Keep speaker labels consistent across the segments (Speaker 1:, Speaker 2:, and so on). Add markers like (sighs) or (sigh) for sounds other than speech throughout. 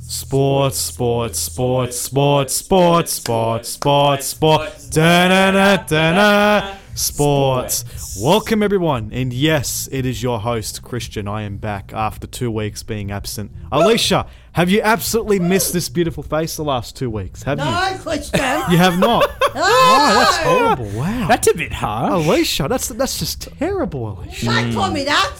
Speaker 1: Sports, sports, sports, sports, sports, sports, sports, sports. Da-na-na, da-na. Sports. Welcome, everyone. And yes, it is your host, Christian. I am back after two weeks being absent. Alicia, have you absolutely missed this beautiful face the last two weeks? Have you?
Speaker 2: No, Christian.
Speaker 1: You have not.
Speaker 2: Oh,
Speaker 1: that's horrible. Wow.
Speaker 3: That's a bit harsh.
Speaker 1: Alicia, that's that's just terrible, Alicia.
Speaker 2: Don't call me that.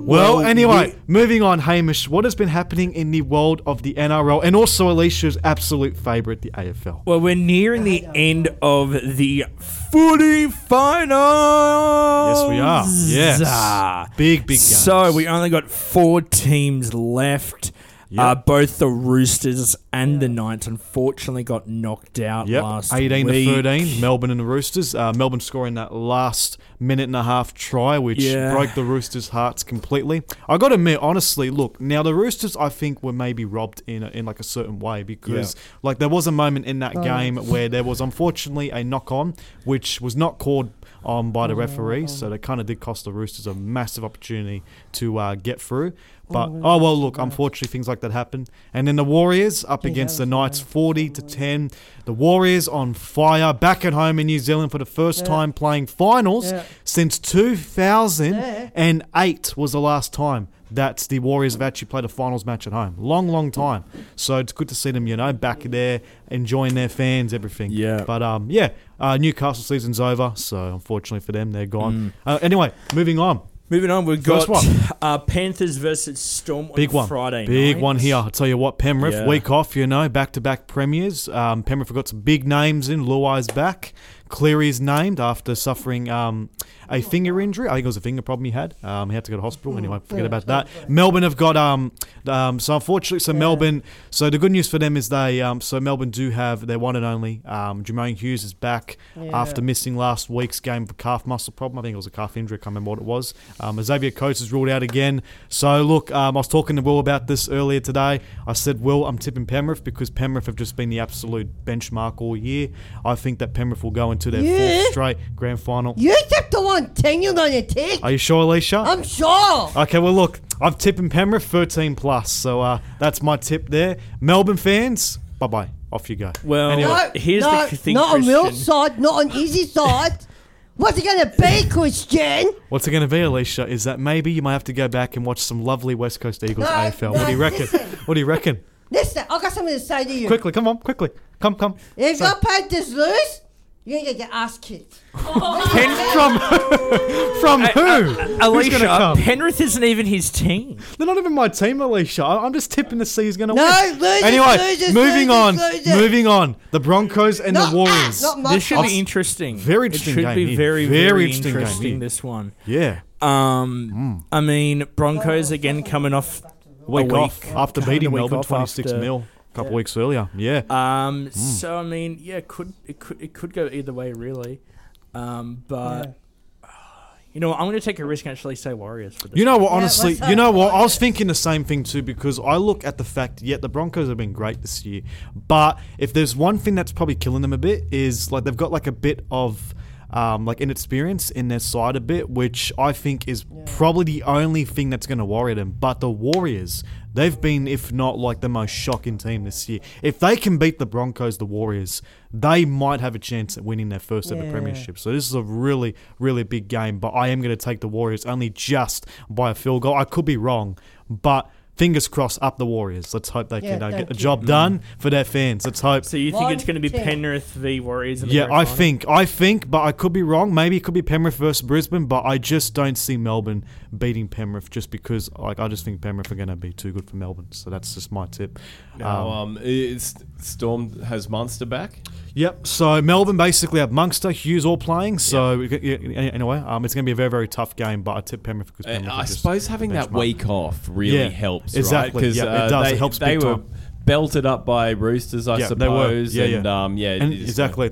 Speaker 1: Well, anyway, moving on, Hamish, what has been happening in the world of the NRL and also Alicia's absolute favourite, the AFL?
Speaker 3: Well, we're nearing the end of the footy finals. Ah.
Speaker 1: Yes, we are. Yes. Big, big game.
Speaker 3: So we only got four teams left. Uh, both the Roosters and the Knights unfortunately got knocked out
Speaker 1: Yep,
Speaker 3: last
Speaker 1: 18
Speaker 3: week.
Speaker 1: to 13, Melbourne and the Roosters. Uh, Melbourne scoring that last minute and a half try, which
Speaker 3: Yeah.
Speaker 1: broke the Roosters' hearts completely. I got to admit, honestly, look, now the Roosters, I think, were maybe robbed in a, in like a certain way because like there was a moment in that game where there was unfortunately a knock on, which was not called on by the referee, so that kind of did cost the Roosters a massive opportunity to uh, get through. But oh well, look, unfortunately things like that happen. And then the Warriors up against the Knights, forty to ten. The Warriors on fire, back at home in New Zealand for the first time playing finals
Speaker 2: Yeah.
Speaker 1: since two thousand and eight was the last time that the Warriors have actually played a finals match at home. Long, long time. So it's good to see them, you know, back there enjoying their fans, everything.
Speaker 3: Yeah.
Speaker 1: But um, yeah, uh, Newcastle season's over, so unfortunately for them, they're gone. Uh, anyway, moving on.
Speaker 3: Moving on, we've
Speaker 1: First
Speaker 3: got
Speaker 1: one.
Speaker 3: uh, Panthers versus Storm
Speaker 1: Big
Speaker 3: on
Speaker 1: one.
Speaker 3: Friday
Speaker 1: Big
Speaker 3: night.
Speaker 1: one here. I'll tell you what, Penrith,
Speaker 3: Yeah.
Speaker 1: week off, you know, back to back premiers. Um, Penrith have got some big names in. Luai's back. Cleary's named after suffering um, a finger injury. I think it was a finger problem he had. Um, he had to go to hospital. Anyway, forget about that. Melbourne have got, um, um, so unfortunately, so Melbourne, so the good news for them is they, um, so Melbourne do have their one and only. Um, Jermaine Hughes is back after missing last week's game for calf muscle problem. I think it was a calf injury. I can't remember what it was. Um, Xavier Coates is ruled out again. So look, um, I was talking to Will about this earlier today. I said, Will, I'm tipping Penrith because Penrith have just been the absolute benchmark all year. I think that Penrith will go into their
Speaker 2: Yeah.
Speaker 1: fourth straight grand final.
Speaker 2: You took the one thing you're gonna take.
Speaker 1: Are you sure, Alicia?
Speaker 2: I'm sure.
Speaker 1: Okay, well, look, I'm tipping Penrith 13 plus, so uh, that's my tip there. Melbourne fans, bye bye. Off you go.
Speaker 3: Well,
Speaker 1: Anyway.
Speaker 2: no,
Speaker 3: here's
Speaker 2: no,
Speaker 3: the thing,
Speaker 2: not on real
Speaker 3: Christian.
Speaker 2: side, not on easy side. What's it gonna be, Christian?
Speaker 1: What's it going to be, Alicia? Is that maybe you might have to go back and watch some lovely West Coast Eagles
Speaker 2: No,
Speaker 1: AFL? What do you
Speaker 2: no,
Speaker 1: reckon?
Speaker 2: listen.
Speaker 1: What do you reckon?
Speaker 2: Listen, I got something to say to you.
Speaker 1: Quickly, come on, quickly, come, come.
Speaker 2: If
Speaker 1: So-
Speaker 2: your Panthers lose, you're gonna get your ass kicked. (laughs)
Speaker 3: Pen-
Speaker 1: from from who? Who's gonna
Speaker 3: Alicia,
Speaker 1: come?
Speaker 3: Penrith isn't even his team.
Speaker 1: They're not even my team, Alicia. I- I'm just tipping to see who's going to
Speaker 2: No,
Speaker 1: win.
Speaker 2: losers,
Speaker 1: anyway,
Speaker 2: losers,
Speaker 1: moving
Speaker 2: losers,
Speaker 1: on,
Speaker 2: losers.
Speaker 1: moving on. The Broncos and
Speaker 2: Not
Speaker 1: the Warriors.
Speaker 2: us, not my
Speaker 3: This should
Speaker 2: fault.
Speaker 3: be interesting.
Speaker 1: Very interesting
Speaker 3: It should
Speaker 1: game
Speaker 3: be
Speaker 1: here.
Speaker 3: very,
Speaker 1: Very
Speaker 3: very,
Speaker 1: interesting
Speaker 3: interesting.
Speaker 1: game here.
Speaker 3: this one.
Speaker 1: yeah,
Speaker 3: Um, I mean,
Speaker 2: Oh,
Speaker 3: Broncos again coming off a
Speaker 1: Hmm. week,
Speaker 3: week
Speaker 1: off after
Speaker 3: coming
Speaker 1: beating
Speaker 3: a week
Speaker 1: Melbourne
Speaker 3: off
Speaker 1: 26
Speaker 3: after-
Speaker 1: mil Hmm. a couple weeks earlier. Yeah,
Speaker 3: Um, so I mean, yeah, it could it could it could go either way really, um, but. (sighs) You know, what, I'm going to take a risk and actually say Warriors for this.
Speaker 1: You know what?
Speaker 2: Yeah,
Speaker 1: Honestly,
Speaker 2: let's
Speaker 1: you know
Speaker 2: hope.
Speaker 1: what? I was thinking the same thing too because I look at the fact. Yet the Broncos have been great this year, but if there's one thing that's probably killing them a bit is like they've got like a bit of. Um, like inexperience in their side a bit, which I think is probably the only thing that's going to worry them. But the Warriors, they've been, if not like the most shocking team this year. If they can beat the Broncos, the Warriors, they might have a chance at winning their first ever
Speaker 2: Yeah.
Speaker 1: premiership championship. So this is a really, really big game. But I am going to take the Warriors only just by a field goal. I could be wrong, but fingers crossed up the Warriors. Let's hope they
Speaker 2: Yeah,
Speaker 1: can uh, get
Speaker 2: thank
Speaker 1: the
Speaker 2: you.
Speaker 1: job done for their fans. Let's hope.
Speaker 3: so Mm. you think
Speaker 2: One
Speaker 3: it's going to be
Speaker 2: team.
Speaker 3: Penrith v Warriors? In the
Speaker 1: Yeah,
Speaker 3: grand
Speaker 1: I
Speaker 3: final?
Speaker 1: think, I think, but I could be wrong. Maybe it could be Penrith versus Brisbane, but I just don't see Melbourne beating Penrith just because, like, I just think Penrith are going to be too good for Melbourne. So that's just my tip.
Speaker 4: Now, um, is Storm has Munster back.
Speaker 1: Yep. So Melbourne basically have Munster, Hughes all playing. So we could- yeah, any- anyway, um, it's going to be a very, very tough game. But I tip Penrith because
Speaker 4: And
Speaker 1: Penrith are
Speaker 4: Uh, I
Speaker 1: just
Speaker 4: suppose having
Speaker 1: the
Speaker 4: that
Speaker 1: benchmark.
Speaker 4: week off really
Speaker 1: Yeah,
Speaker 4: helps,
Speaker 1: exactly.
Speaker 4: Right? 'Cause,
Speaker 1: Yeah, it does. It
Speaker 4: They,
Speaker 1: helps
Speaker 4: They
Speaker 1: big
Speaker 4: were
Speaker 1: time.
Speaker 4: belted up by Roosters, I
Speaker 1: Yeah, they were.
Speaker 4: suppose.
Speaker 1: Yeah, yeah.
Speaker 4: and Um, yeah,
Speaker 1: And
Speaker 4: it's-
Speaker 1: exactly.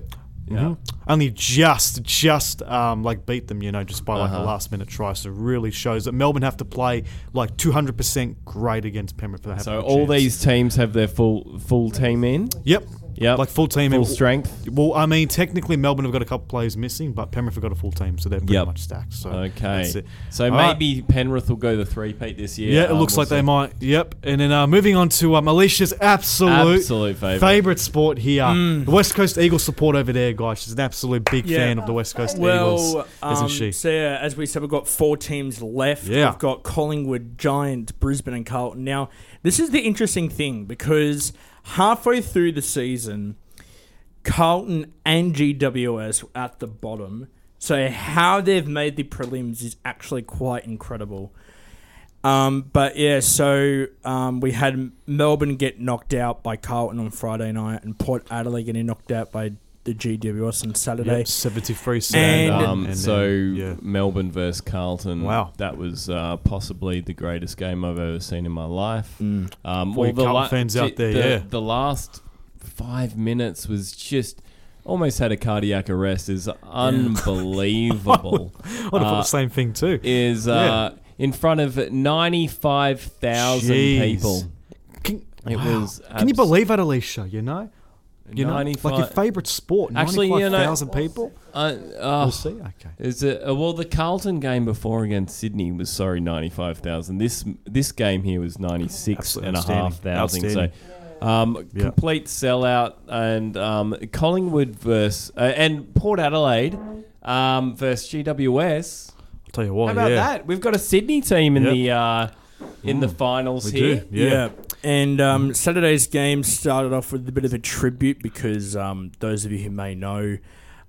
Speaker 4: Yeah.
Speaker 1: Mhm. Only just, just um, like beat them, you know, just by like a
Speaker 4: Uh-huh.
Speaker 1: last minute try. So it really shows that Melbourne have to play like 200% great against Penrith. For that
Speaker 4: So all these teams have their full full team in.
Speaker 1: Yep.
Speaker 4: Yep.
Speaker 1: Like full team.
Speaker 4: full
Speaker 1: and-
Speaker 4: strength.
Speaker 1: Well, I mean, technically Melbourne have got a couple players missing, but Penrith have got a full team, so they're pretty
Speaker 4: Yep.
Speaker 1: much stacked. So
Speaker 4: Okay.
Speaker 1: that's it.
Speaker 4: So
Speaker 1: All right.
Speaker 4: maybe Penrith will go the three peat this year.
Speaker 1: Yeah, it
Speaker 4: Um,
Speaker 1: looks
Speaker 4: we'll
Speaker 1: like they
Speaker 4: see.
Speaker 1: might. Yep. And then uh, moving on to um, Alicia's absolute,
Speaker 4: Absolute favourite.
Speaker 1: sport here. The West Coast Eagles support over there, guys. She's an absolute big
Speaker 3: Yeah.
Speaker 1: fan of the West Coast Eagles,
Speaker 3: Well,
Speaker 1: isn't
Speaker 3: um,
Speaker 1: she?
Speaker 3: so yeah, as we said, we've got four teams left.
Speaker 1: Yeah.
Speaker 3: We've got Collingwood, Giant, Brisbane, and Carlton. Now, this is the interesting thing because halfway through the season, Carlton and GWS were at the bottom. So how they've made the prelims is actually quite incredible. Um, but yeah, so um, we had Melbourne get knocked out by Carlton on Friday night, and Port Adelaide getting knocked out by the GWS on Saturday.
Speaker 1: Yep, 73
Speaker 3: And-
Speaker 4: And,
Speaker 1: um,
Speaker 4: um,
Speaker 1: and
Speaker 4: so
Speaker 1: then- yeah.
Speaker 4: Melbourne versus Carlton.
Speaker 1: Wow.
Speaker 4: that was uh, possibly the greatest game I've ever seen in my life. Um,
Speaker 1: Mm. For you Carlton fans out
Speaker 4: the-
Speaker 1: there,
Speaker 4: the,
Speaker 1: yeah.
Speaker 4: the last five minutes was just almost had a cardiac arrest. Is unbelievable.
Speaker 1: (laughs) I would have thought the
Speaker 4: Uh,
Speaker 1: same thing too.
Speaker 4: is uh, in front of ninety five thousand
Speaker 1: Jeez.
Speaker 4: people.
Speaker 1: Can,
Speaker 4: It
Speaker 1: wow.
Speaker 4: was
Speaker 1: Can you
Speaker 4: abs-
Speaker 1: believe that, Alicia? You know, you know, like
Speaker 4: 95
Speaker 1: your favorite sport.
Speaker 4: Actually,
Speaker 1: Actually,
Speaker 4: you know-
Speaker 1: people.
Speaker 4: Uh,
Speaker 1: We'll
Speaker 4: oh,
Speaker 1: see. Okay.
Speaker 4: Is it uh, well the Carlton game before against Sydney was sorry ninety five thousand. This this game here was ninety six
Speaker 1: Absolutely
Speaker 4: and a half thousand.
Speaker 1: outstanding.
Speaker 4: So, um,
Speaker 1: Yeah.
Speaker 4: complete sellout and um, Collingwood versus uh, and Port Adelaide um, versus GWS.
Speaker 1: I'll tell you what.
Speaker 4: How
Speaker 1: Oh,
Speaker 4: about
Speaker 1: yeah.
Speaker 4: that? We've got a Sydney team in
Speaker 1: Yep. Mm.
Speaker 4: the uh, in the finals
Speaker 1: We
Speaker 4: here.
Speaker 1: do. Yeah.
Speaker 3: And um, Saturday's game started off with a bit of a tribute because um, those of you who may know,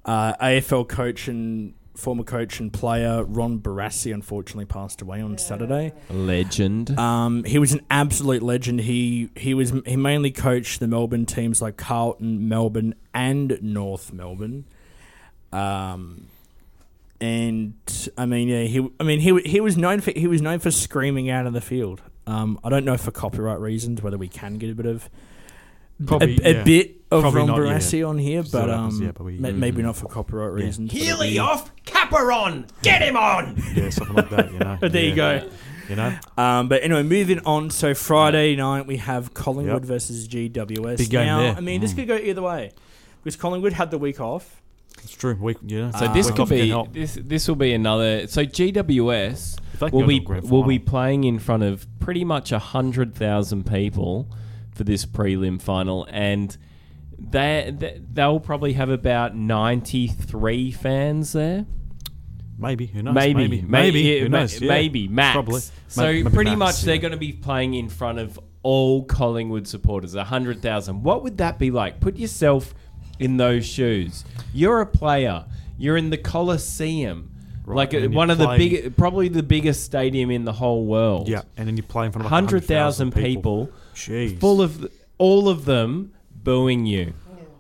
Speaker 3: uh, AFL coach and former coach and player Ron Barassi unfortunately passed away on Saturday.
Speaker 4: Legend.
Speaker 3: Um, he was an absolute legend. He he was he mainly coached the Melbourne teams like Carlton, Melbourne, and North Melbourne. Um, and I mean, yeah, he I mean he he was known for he was known for screaming out on the field. Um, I don't know for copyright reasons whether we can get a bit of
Speaker 1: Probably,
Speaker 3: a, a
Speaker 1: yeah.
Speaker 3: bit of
Speaker 1: Probably
Speaker 3: Ron
Speaker 1: not, yeah.
Speaker 3: Barassi on here,
Speaker 1: See
Speaker 3: but
Speaker 1: what happens,
Speaker 3: um,
Speaker 1: yeah, but we-
Speaker 3: ma- maybe not for copyright
Speaker 1: Yeah.
Speaker 3: reasons. but it'd
Speaker 5: Healy
Speaker 3: be-
Speaker 5: off, capper on. Get him on.
Speaker 1: Yeah, something like that. You know.
Speaker 3: But there you
Speaker 1: Yeah.
Speaker 3: go.
Speaker 1: You know,
Speaker 3: Um, but anyway, moving on. So Friday night we have Collingwood
Speaker 1: Yep.
Speaker 3: versus GWS.
Speaker 1: Big game
Speaker 3: now,
Speaker 1: there.
Speaker 3: I mean, this
Speaker 1: Mm.
Speaker 3: could go either way because Collingwood had the week off.
Speaker 1: it's true. We, you know,
Speaker 4: So this
Speaker 1: week
Speaker 4: could
Speaker 1: off can
Speaker 4: be
Speaker 1: help.
Speaker 4: this. This will be another. So GWS
Speaker 1: If they can
Speaker 4: will
Speaker 1: go to
Speaker 4: be
Speaker 1: the grand
Speaker 4: will be
Speaker 1: final.
Speaker 4: playing in front of pretty much hundred thousand people for this prelim final, and they they- they'll probably have about ninety three fans there.
Speaker 1: Maybe. Who knows?
Speaker 4: Maybe,
Speaker 1: Maybe.
Speaker 4: may-
Speaker 1: Maybe.
Speaker 4: yeah,
Speaker 1: who
Speaker 4: ma-
Speaker 1: knows? Yeah.
Speaker 4: maybe max.
Speaker 1: Probably.
Speaker 4: So
Speaker 1: May- maybe
Speaker 4: pretty
Speaker 1: max,
Speaker 4: much they're
Speaker 1: yeah.
Speaker 4: going to be playing in front of all Collingwood supporters, hundred thousand. What would that be like? Put yourself in those shoes. You're a player. You're in the Colosseum, like uh,
Speaker 1: and you're
Speaker 4: one of the
Speaker 1: playing-
Speaker 4: big, probably the biggest stadium in the whole world.
Speaker 1: Yeah, and then you play in front of like
Speaker 4: hundred thousand people,
Speaker 1: Jeez.
Speaker 4: full of all of them booing you.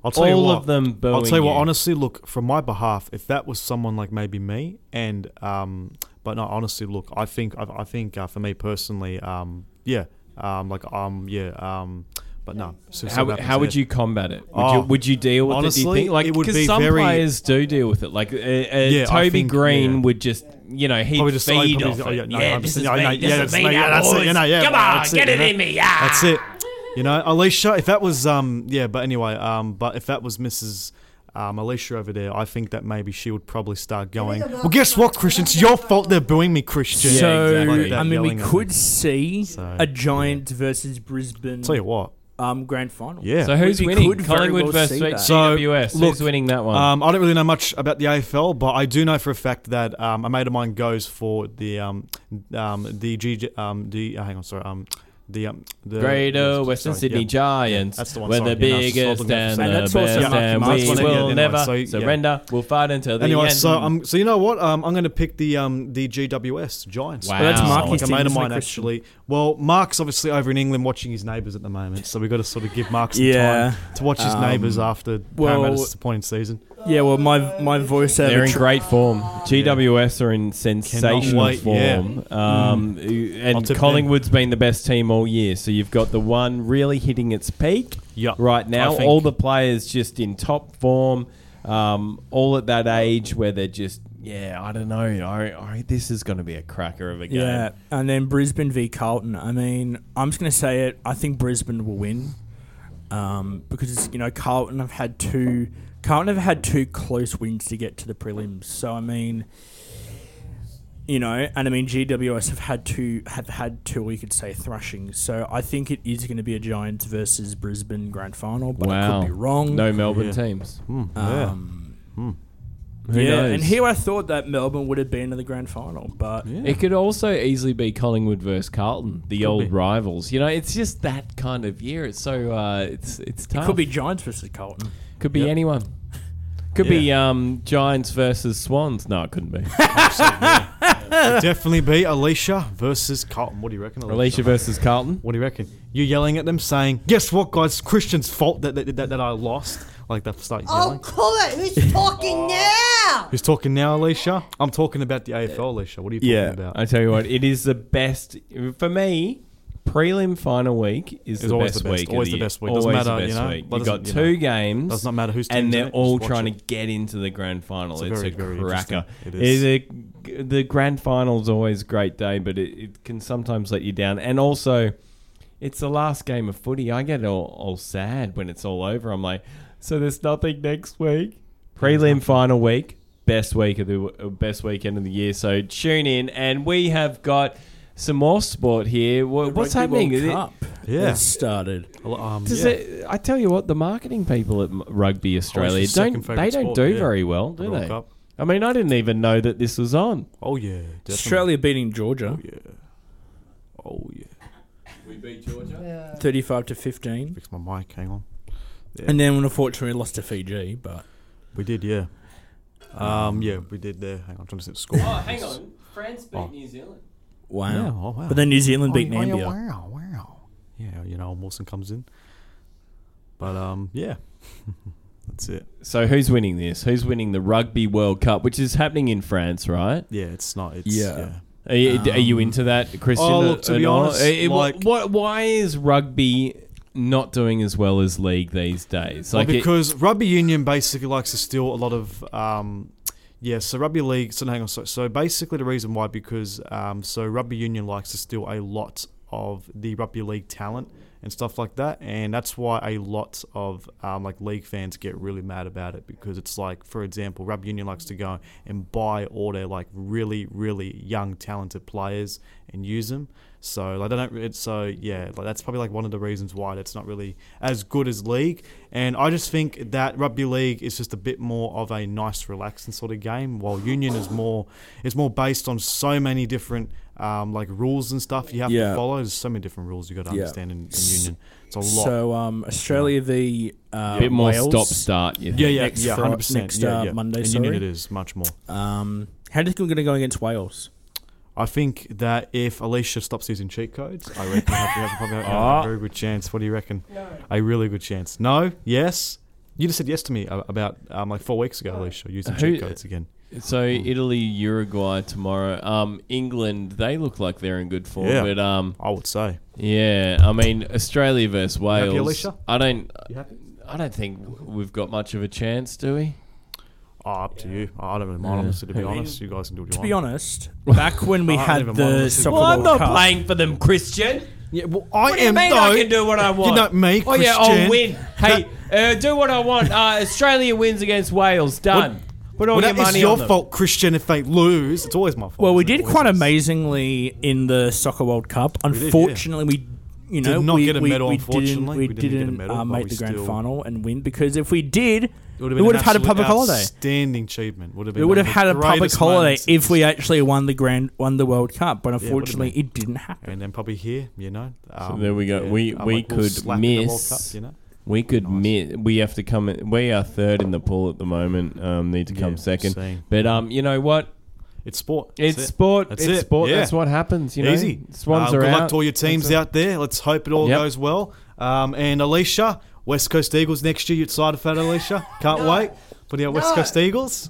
Speaker 1: I'll tell you
Speaker 4: all
Speaker 1: what,
Speaker 4: of them booing.
Speaker 1: I'll tell you what.
Speaker 4: you.
Speaker 1: Honestly, look from my behalf, if that was someone like maybe me, and um, but no, honestly, look, I think I, I think uh, for me personally, um, yeah, um, like um, yeah, um, but no. suicide
Speaker 4: How,
Speaker 1: weapons,
Speaker 4: how would
Speaker 1: yeah.
Speaker 4: you combat it? Would,
Speaker 1: Oh.
Speaker 4: you, would you deal with it? Do you
Speaker 1: Honestly,
Speaker 4: think? Like,
Speaker 1: it would
Speaker 4: 'cause
Speaker 1: be
Speaker 4: some
Speaker 1: very-
Speaker 4: players do deal with it. Like, uh, uh,
Speaker 1: Yeah, I
Speaker 4: Toby
Speaker 1: think-
Speaker 4: Green
Speaker 1: yeah.
Speaker 4: would just, you know, he'd
Speaker 1: Probably just oh,
Speaker 4: feed
Speaker 1: probably,
Speaker 4: off
Speaker 1: oh, yeah,
Speaker 4: it.
Speaker 1: no,
Speaker 5: Yeah,
Speaker 1: I'm
Speaker 5: this
Speaker 1: saying,
Speaker 5: is
Speaker 1: oh,
Speaker 5: me,
Speaker 1: no,
Speaker 5: this
Speaker 1: yeah,
Speaker 5: is
Speaker 1: that's
Speaker 5: me
Speaker 1: me,
Speaker 5: now,
Speaker 1: yeah, that's it,
Speaker 5: boys.
Speaker 1: you know, yeah,
Speaker 5: Come
Speaker 1: man,
Speaker 5: on,
Speaker 1: that's
Speaker 5: get
Speaker 1: you
Speaker 5: it
Speaker 1: know.
Speaker 5: in me, yeah.
Speaker 1: That's it. You know, Alicia. If that was um, yeah, but anyway, um, but if that was Mrs. Um, Alicia over there, I think that maybe she would probably start going. Well, guess what, Christian? It's your fault they're booing me, Christian.
Speaker 4: Yeah,
Speaker 3: so
Speaker 4: exactly.
Speaker 1: Like that
Speaker 3: I mean, we
Speaker 1: yelling at me.
Speaker 3: could see
Speaker 1: So,
Speaker 3: a Giant versus Brisbane
Speaker 1: Tell you what,
Speaker 3: um, grand final.
Speaker 1: yeah.
Speaker 4: So who's
Speaker 3: We
Speaker 4: winning?
Speaker 3: could very
Speaker 4: Collingwood
Speaker 3: well
Speaker 4: versus
Speaker 3: see that.
Speaker 1: So,
Speaker 4: CWS.
Speaker 1: look,
Speaker 4: who's winning that one?
Speaker 1: Um, I don't really know much about the AFL, but I do know for a fact that um, a mate of mine goes for the um, um, the G um, the uh, hang on sorry um, the um, the
Speaker 4: Greater
Speaker 1: yes,
Speaker 4: Western
Speaker 1: sorry,
Speaker 4: Sydney
Speaker 1: yeah.
Speaker 4: Giants.
Speaker 1: that's the one,
Speaker 4: We're
Speaker 1: sorry.
Speaker 4: the
Speaker 1: Yeah, no, I was just
Speaker 4: biggest
Speaker 1: looking at the
Speaker 4: and
Speaker 1: same-
Speaker 3: And that's
Speaker 4: the
Speaker 3: also
Speaker 4: best,
Speaker 3: Mark
Speaker 4: and
Speaker 3: Mark's
Speaker 4: we
Speaker 3: one, yeah,
Speaker 4: will
Speaker 1: anyway,
Speaker 4: never
Speaker 1: so, yeah.
Speaker 4: surrender. We'll fight until the
Speaker 1: Anyway,
Speaker 4: end.
Speaker 1: so um, so you know what? Um, I'm going to pick the um, the GWS Giants.
Speaker 4: Wow. Well, that's Marky's
Speaker 1: like a
Speaker 3: team,
Speaker 1: mate of
Speaker 3: isn't it,
Speaker 1: mine
Speaker 3: Christian?
Speaker 1: actually. Well, Mark's obviously over in England watching his neighbours at the moment, so we got to sort of give Mark some
Speaker 3: Yeah.
Speaker 1: time to watch his
Speaker 3: Um,
Speaker 1: neighbours after
Speaker 3: well-
Speaker 1: Parramatta's disappointing season.
Speaker 3: Yeah, well, my my voice
Speaker 4: They're in
Speaker 3: actor.
Speaker 4: great form. GWS are in sensational
Speaker 1: wait, yeah.
Speaker 4: form.
Speaker 3: Mm.
Speaker 4: Um,
Speaker 1: I'll
Speaker 4: And
Speaker 1: tip them.
Speaker 4: Collingwood's been the best team all year. So you've got the one really hitting its peak
Speaker 1: Yep.
Speaker 4: right now.
Speaker 1: I think-
Speaker 4: All the players just in top form, um, all at that age where they're just, yeah, I don't know. I, I, this is going to be a cracker of a game.
Speaker 3: Yeah, and then Brisbane v Carlton. I mean, I'm just going to say it. I think Brisbane will win. um, because you know Carlton have had two Carlton have had two close wins to get to the prelims. So I mean, you know, and I mean GWS have had two have had two we could say thrashings. So I think it is going to be a Giants versus Brisbane grand final, but I
Speaker 4: wow.
Speaker 3: could be wrong.
Speaker 4: No Melbourne
Speaker 1: Yeah.
Speaker 4: teams. Hmm.
Speaker 3: Um,
Speaker 4: Who
Speaker 3: yeah,
Speaker 4: knows?
Speaker 3: and here I thought that Melbourne would have been in the grand final, but
Speaker 4: It could also easily be Collingwood versus Carlton, the old
Speaker 1: be.
Speaker 4: rivals. You know, it's just that kind of year. It's so uh, it's it's tough.
Speaker 3: could be Giants versus Carlton.
Speaker 4: could
Speaker 3: (laughs)
Speaker 4: be anyone. Could be um, Giants versus Swans. No, it
Speaker 3: (laughs)
Speaker 4: couldn't be.
Speaker 1: It'd definitely be Alicia versus Carlton. What do you reckon, Alicia?
Speaker 4: Alicia versus Carlton.
Speaker 1: What do you reckon? You yelling at them, saying, "Guess what, guys? It's Christian's fault that that, that, that I lost." Like that, start
Speaker 2: I'll
Speaker 1: yelling.
Speaker 2: Oh, call it. Who's talking now?
Speaker 1: Who's talking now, Alicia? I'm talking about the AFL, Alicia. What are you talking about?
Speaker 4: I tell you what, it is the best for me. Prelim final week is
Speaker 1: It's
Speaker 4: the,
Speaker 1: always
Speaker 4: best
Speaker 1: the best-
Speaker 4: week. of
Speaker 1: always the
Speaker 4: year.
Speaker 1: best week. Doesn't
Speaker 4: Always the
Speaker 1: matter, you
Speaker 4: best
Speaker 1: know,
Speaker 4: week.
Speaker 1: but
Speaker 4: You
Speaker 1: doesn't-
Speaker 4: got
Speaker 1: you
Speaker 4: two
Speaker 1: know,
Speaker 4: games.
Speaker 1: does not matter whose team's
Speaker 4: and
Speaker 1: in
Speaker 4: they're
Speaker 1: it,
Speaker 4: all
Speaker 1: just watch
Speaker 4: trying
Speaker 1: it.
Speaker 4: to get into the grand final.
Speaker 1: It's
Speaker 4: It's,
Speaker 1: very,
Speaker 4: a
Speaker 1: very
Speaker 4: cracker.
Speaker 1: interesting. It is.
Speaker 4: It is a, the grand final's always a great day, but it, it can sometimes let you down. And also, it's the last game of footy. I get all, all sad when it's all over. I'm like, so there's nothing next week. Prelim final week, best week of the uh, best weekend of the year. So tune in, and we have got some more sport here. Wha- What's happening? Is it-
Speaker 1: Yeah.
Speaker 3: yeah, started.
Speaker 1: Um,
Speaker 4: does
Speaker 1: yeah. Oh,
Speaker 4: it- I tell you what, the marketing people at M- Rugby Australia
Speaker 1: your second
Speaker 4: don't
Speaker 1: favourite
Speaker 4: they don't
Speaker 1: sport,
Speaker 4: do
Speaker 1: yeah.
Speaker 4: very well,
Speaker 1: The
Speaker 4: do
Speaker 1: World
Speaker 4: they?
Speaker 1: Cup.
Speaker 4: I mean, I didn't even know that this was on.
Speaker 1: Oh yeah, definitely.
Speaker 3: Australia beating Georgia
Speaker 1: Yeah. Oh yeah.
Speaker 3: thirty-five to fifteen,
Speaker 1: Fix my mic. Hang on.
Speaker 3: and then unfortunately lost to Fiji. But
Speaker 1: We did, yeah. Um, yeah, we did there. Hang on, I'm trying to see the score.
Speaker 4: Oh, hang on, France beat
Speaker 1: Oh.
Speaker 4: New Zealand.
Speaker 3: wow,
Speaker 1: Yeah, oh, wow.
Speaker 3: but then New Zealand beat
Speaker 1: Oh, yeah,
Speaker 3: Namibia.
Speaker 1: Wow, wow. Yeah, you know, Wilson comes in. But um, yeah, (laughs) that's it.
Speaker 4: So who's winning this? Who's winning the Rugby World Cup, which is happening in France, right?
Speaker 1: Yeah, it's not. It's,
Speaker 3: Yeah.
Speaker 1: yeah.
Speaker 4: Are you, are you into that, Christian?
Speaker 1: Um,
Speaker 4: uh,
Speaker 1: oh, look, to
Speaker 4: at
Speaker 1: be
Speaker 4: all?
Speaker 1: honest,
Speaker 4: Eh, eh, wh-
Speaker 1: like-
Speaker 4: what- why is rugby not doing as well as league these days?
Speaker 1: Well,
Speaker 4: Like, it-
Speaker 1: because rugby union basically likes to steal a lot of. Um, yeah, so rugby league. So hang on. So, so basically, the reason why because um, so rugby union likes to steal a lot of the rugby league talent and stuff like that, and that's why a lot of um, like league fans get really mad about it because it's like, for example, rugby union likes to go and buy all their like really really young talented players and use them. So like they don't. It's, so yeah, like that's probably like one of the reasons why that's not really as good as league. And I just think that rugby league is just a bit more of a nice, relaxing sort of game, while union is more is more based on so many different um, like rules and stuff you have
Speaker 3: Yeah.
Speaker 1: to follow. There's so many different rules you got to
Speaker 3: Yeah.
Speaker 1: understand in, in union. It's a lot.
Speaker 3: So um, Australia the uh,
Speaker 4: a bit more
Speaker 3: Wales.
Speaker 4: stop start. You think?
Speaker 1: yeah, yeah,
Speaker 3: next
Speaker 1: yeah,
Speaker 3: Fri-
Speaker 1: hundred percent.
Speaker 3: next,
Speaker 1: yeah,
Speaker 3: uh,
Speaker 1: yeah.
Speaker 3: Monday,
Speaker 1: In
Speaker 3: sorry.
Speaker 1: union, it is much more.
Speaker 3: Um, how do you think we're going to go against Wales?
Speaker 1: I think that if Alicia stops using cheat codes, I reckon we have, we have probably
Speaker 3: Ah.
Speaker 1: a very good chance. What do you reckon? A really good chance. No? Yes? You just said yes to me a- about um, like four weeks ago, Alicia, using
Speaker 3: Uh,
Speaker 4: Who-
Speaker 1: cheat codes again.
Speaker 4: So Italy, Uruguay tomorrow. Um, England, they look like they're in good form,
Speaker 1: Yeah.
Speaker 4: but um,
Speaker 1: I would say.
Speaker 4: yeah, I mean Australia versus Wales.
Speaker 1: Alicia?
Speaker 4: I don't.
Speaker 1: You happy?
Speaker 4: I don't think we've got much of a chance, do we?
Speaker 1: Oh, up to you. Oh, I don't really mind, honestly, to be honest. You guys can do what you
Speaker 3: To
Speaker 1: want.
Speaker 3: be honest, back when we
Speaker 1: Oh,
Speaker 3: had
Speaker 1: never mind,
Speaker 3: the
Speaker 1: let's see.
Speaker 3: soccer
Speaker 1: Well, I'm
Speaker 3: World
Speaker 1: not
Speaker 3: Cup,
Speaker 5: Playing for them, Christian.
Speaker 1: Yeah, well, I
Speaker 5: What do you
Speaker 1: am,
Speaker 5: mean
Speaker 1: though.
Speaker 5: I can do what I want?
Speaker 1: not me,
Speaker 5: Oh yeah, I'll
Speaker 1: Christian.
Speaker 5: win. Hey, uh, do what I want. Uh, Australia wins against Wales. Done. Put all
Speaker 1: Well,
Speaker 5: your
Speaker 1: that is
Speaker 5: money
Speaker 1: your
Speaker 5: on them.
Speaker 1: fault, Christian, if they lose. It's always my fault.
Speaker 3: Well, we
Speaker 1: isn't it?
Speaker 3: did
Speaker 1: Always
Speaker 3: quite
Speaker 1: is.
Speaker 3: amazingly in the Soccer World Cup. Unfortunately, we you know
Speaker 1: Did not
Speaker 3: we,
Speaker 1: get a
Speaker 3: we-
Speaker 1: medal,
Speaker 3: we
Speaker 1: unfortunately.
Speaker 3: didn't,
Speaker 1: We
Speaker 3: we
Speaker 1: didn't get a medal,
Speaker 3: uh,
Speaker 1: but
Speaker 3: make
Speaker 1: we
Speaker 3: the grand
Speaker 1: still-
Speaker 3: final and win because if we did,
Speaker 1: It would have
Speaker 3: we
Speaker 1: been an
Speaker 3: would have had a
Speaker 1: absolute
Speaker 3: public holiday.
Speaker 1: Outstanding achievement. Would have been
Speaker 3: We would
Speaker 1: one
Speaker 3: have
Speaker 1: of the
Speaker 3: had a public
Speaker 1: greatest
Speaker 3: holiday
Speaker 1: moments in
Speaker 3: if we
Speaker 1: history.
Speaker 3: actually won the grand won the World Cup, but
Speaker 1: would've
Speaker 3: unfortunately,
Speaker 1: been.
Speaker 3: it didn't happen.
Speaker 1: and then probably here, you know. Um,
Speaker 4: there we go. We-
Speaker 1: uh,
Speaker 4: we
Speaker 1: we'll
Speaker 4: could
Speaker 1: slap in the World
Speaker 4: miss-
Speaker 1: Cup, you know?
Speaker 4: We could miss. We have to come. in- We are third in the pool at the moment. Um, need to come
Speaker 1: Yeah,
Speaker 4: second.
Speaker 1: same.
Speaker 4: But um, you know what?
Speaker 1: It's sport.
Speaker 4: It's
Speaker 1: That's it.
Speaker 4: sport.
Speaker 1: That's
Speaker 4: it's
Speaker 1: it.
Speaker 4: sport.
Speaker 1: Yeah.
Speaker 4: That's what happens. You know,
Speaker 1: Easy.
Speaker 4: Swans
Speaker 1: Uh,
Speaker 4: are
Speaker 1: good
Speaker 4: out.
Speaker 1: luck to all your teams out there. Let's hope it all
Speaker 4: Yep.
Speaker 1: goes well. Um, and Alicia, West Coast Eagles next year. You excited for that, Alicia? Can't wait. Putting out West
Speaker 2: No.
Speaker 1: Coast Eagles.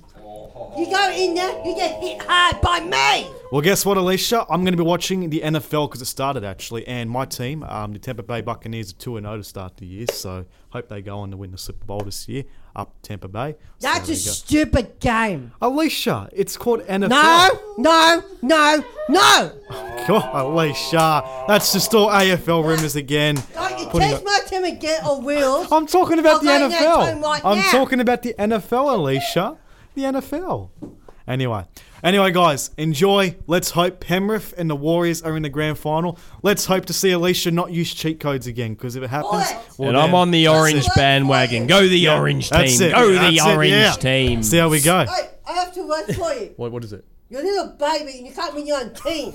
Speaker 2: You go in there, you get hit hard by me.
Speaker 1: Well, guess what, Alicia? I'm going to be watching the NFL because it started actually, and my team, um, the Tampa Bay Buccaneers, are two and zero to start the year. So hope they go on to win the Super Bowl this year. Up Tampa Bay. So
Speaker 2: That's
Speaker 1: there
Speaker 2: a
Speaker 1: you go.
Speaker 2: stupid game.
Speaker 1: Alicia. It's called NFL.
Speaker 2: No, no, no, no.
Speaker 1: God, Alicia, that's just all AFL rumors again.
Speaker 2: Don't you
Speaker 1: Putting
Speaker 2: test my team and get a wheels.
Speaker 1: I'm talking about the
Speaker 2: I'll go in there
Speaker 1: NFL.
Speaker 2: and tell him right
Speaker 1: I'm
Speaker 2: now.
Speaker 1: talking about the NFL, Alicia. The NFL. Anyway. Anyway, guys, enjoy. Let's hope Penrith and the Warriors are in the grand final. Let's hope to see Alicia not use cheat codes again, because if it happens,
Speaker 2: Boy.
Speaker 1: well,
Speaker 4: and I'm
Speaker 1: then-
Speaker 4: on the orange
Speaker 2: it.
Speaker 4: bandwagon. Go the orange team.
Speaker 1: That's it.
Speaker 4: Go the
Speaker 1: That's it,
Speaker 4: orange
Speaker 1: yeah.
Speaker 4: team.
Speaker 1: See how we go.
Speaker 2: Hey, I have to work for you.
Speaker 1: What, what is it?
Speaker 2: You're a little baby and you can't win your own team.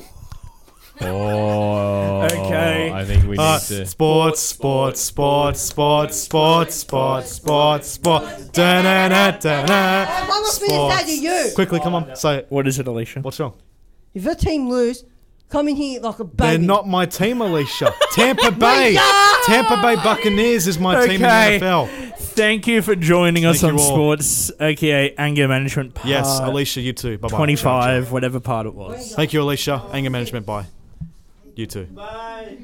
Speaker 4: Oh,
Speaker 3: Okay.
Speaker 4: I think we need
Speaker 1: Uh,
Speaker 4: to.
Speaker 1: sports, sports, sports, sports, sports, sports, sports, sports. Da-na-na,
Speaker 2: Hey,
Speaker 1: da-na.
Speaker 2: one more thing to say to you.
Speaker 1: Quickly, come on, say it.
Speaker 3: What is it, Alicia?
Speaker 1: What's wrong?
Speaker 2: If your team lose, come in here like a baby.
Speaker 1: They're not my team, Alicia.
Speaker 2: (laughs)
Speaker 1: Tampa Bay.
Speaker 2: God!
Speaker 1: Tampa Bay Buccaneers is my team in the
Speaker 3: Okay.
Speaker 1: NFL.
Speaker 3: Thank you for joining us
Speaker 1: Thank
Speaker 3: on
Speaker 1: you all.
Speaker 3: Sports, aka Anger Management Part
Speaker 1: Yes,
Speaker 2: Uh,
Speaker 1: Alicia, you too. Bye bye.
Speaker 3: 25, whatever part it was.
Speaker 1: Thank you, Alicia. Anger management. Bye. You too. Bye.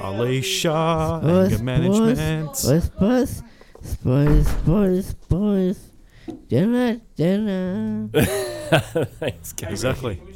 Speaker 1: Alicia, anger management.
Speaker 6: Boys, boys, boys, boys, boys. Dinner, dinner.
Speaker 4: Thanks, Kate.
Speaker 1: Exactly.